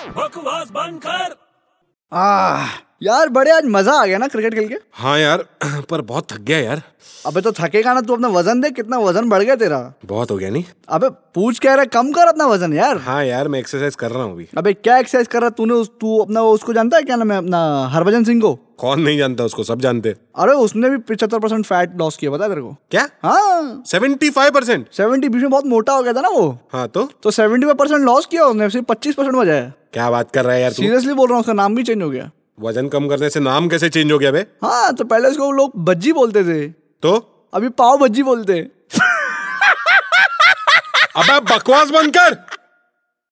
आवाज बंद कर आह यार बड़े आज मजा आ गया ना क्रिकेट खेल के हाँ यार पर बहुत थक गया यार अबे तो थकेगा ना तू अपना वजन देख कितना वजन बढ़ गया तेरा बहुत हो गया नहीं अबे पूछ कह रहा है, कम कर अपना वजन यार हाँ यार मैं एक्सरसाइज कर रहा हूँ अभी अबे क्या एक्सरसाइज कर रहा है तूने उस तू अपना वो उसको जानता है क्या नाम है अपना हरभजन सिंह को कौन नहीं जानता उसको सब जानते अरे उसने भी पिछहत्तर परसेंट फैट लॉस किया पता है तेरे को क्या हाँ सेवेंटी फाइव परसेंट सेवेंटी बीच में बहुत मोटा हो गया था ना वो हाँ तो तो सेवेंटी फाइव परसेंट लॉस किया उसने सिर्फ पच्चीस परसेंट बचा है क्या बात कर रहा है यार तू सीरियसली बोल रहा हूँ उसका नाम भी चेंज हो गया वजन कम करने से नाम कैसे चेंज हो गया बे हाँ तो पहले उसको लोग भज्जी बोलते थे तो अभी पाव भज्जी बोलते हैं। अब बकवास बंद कर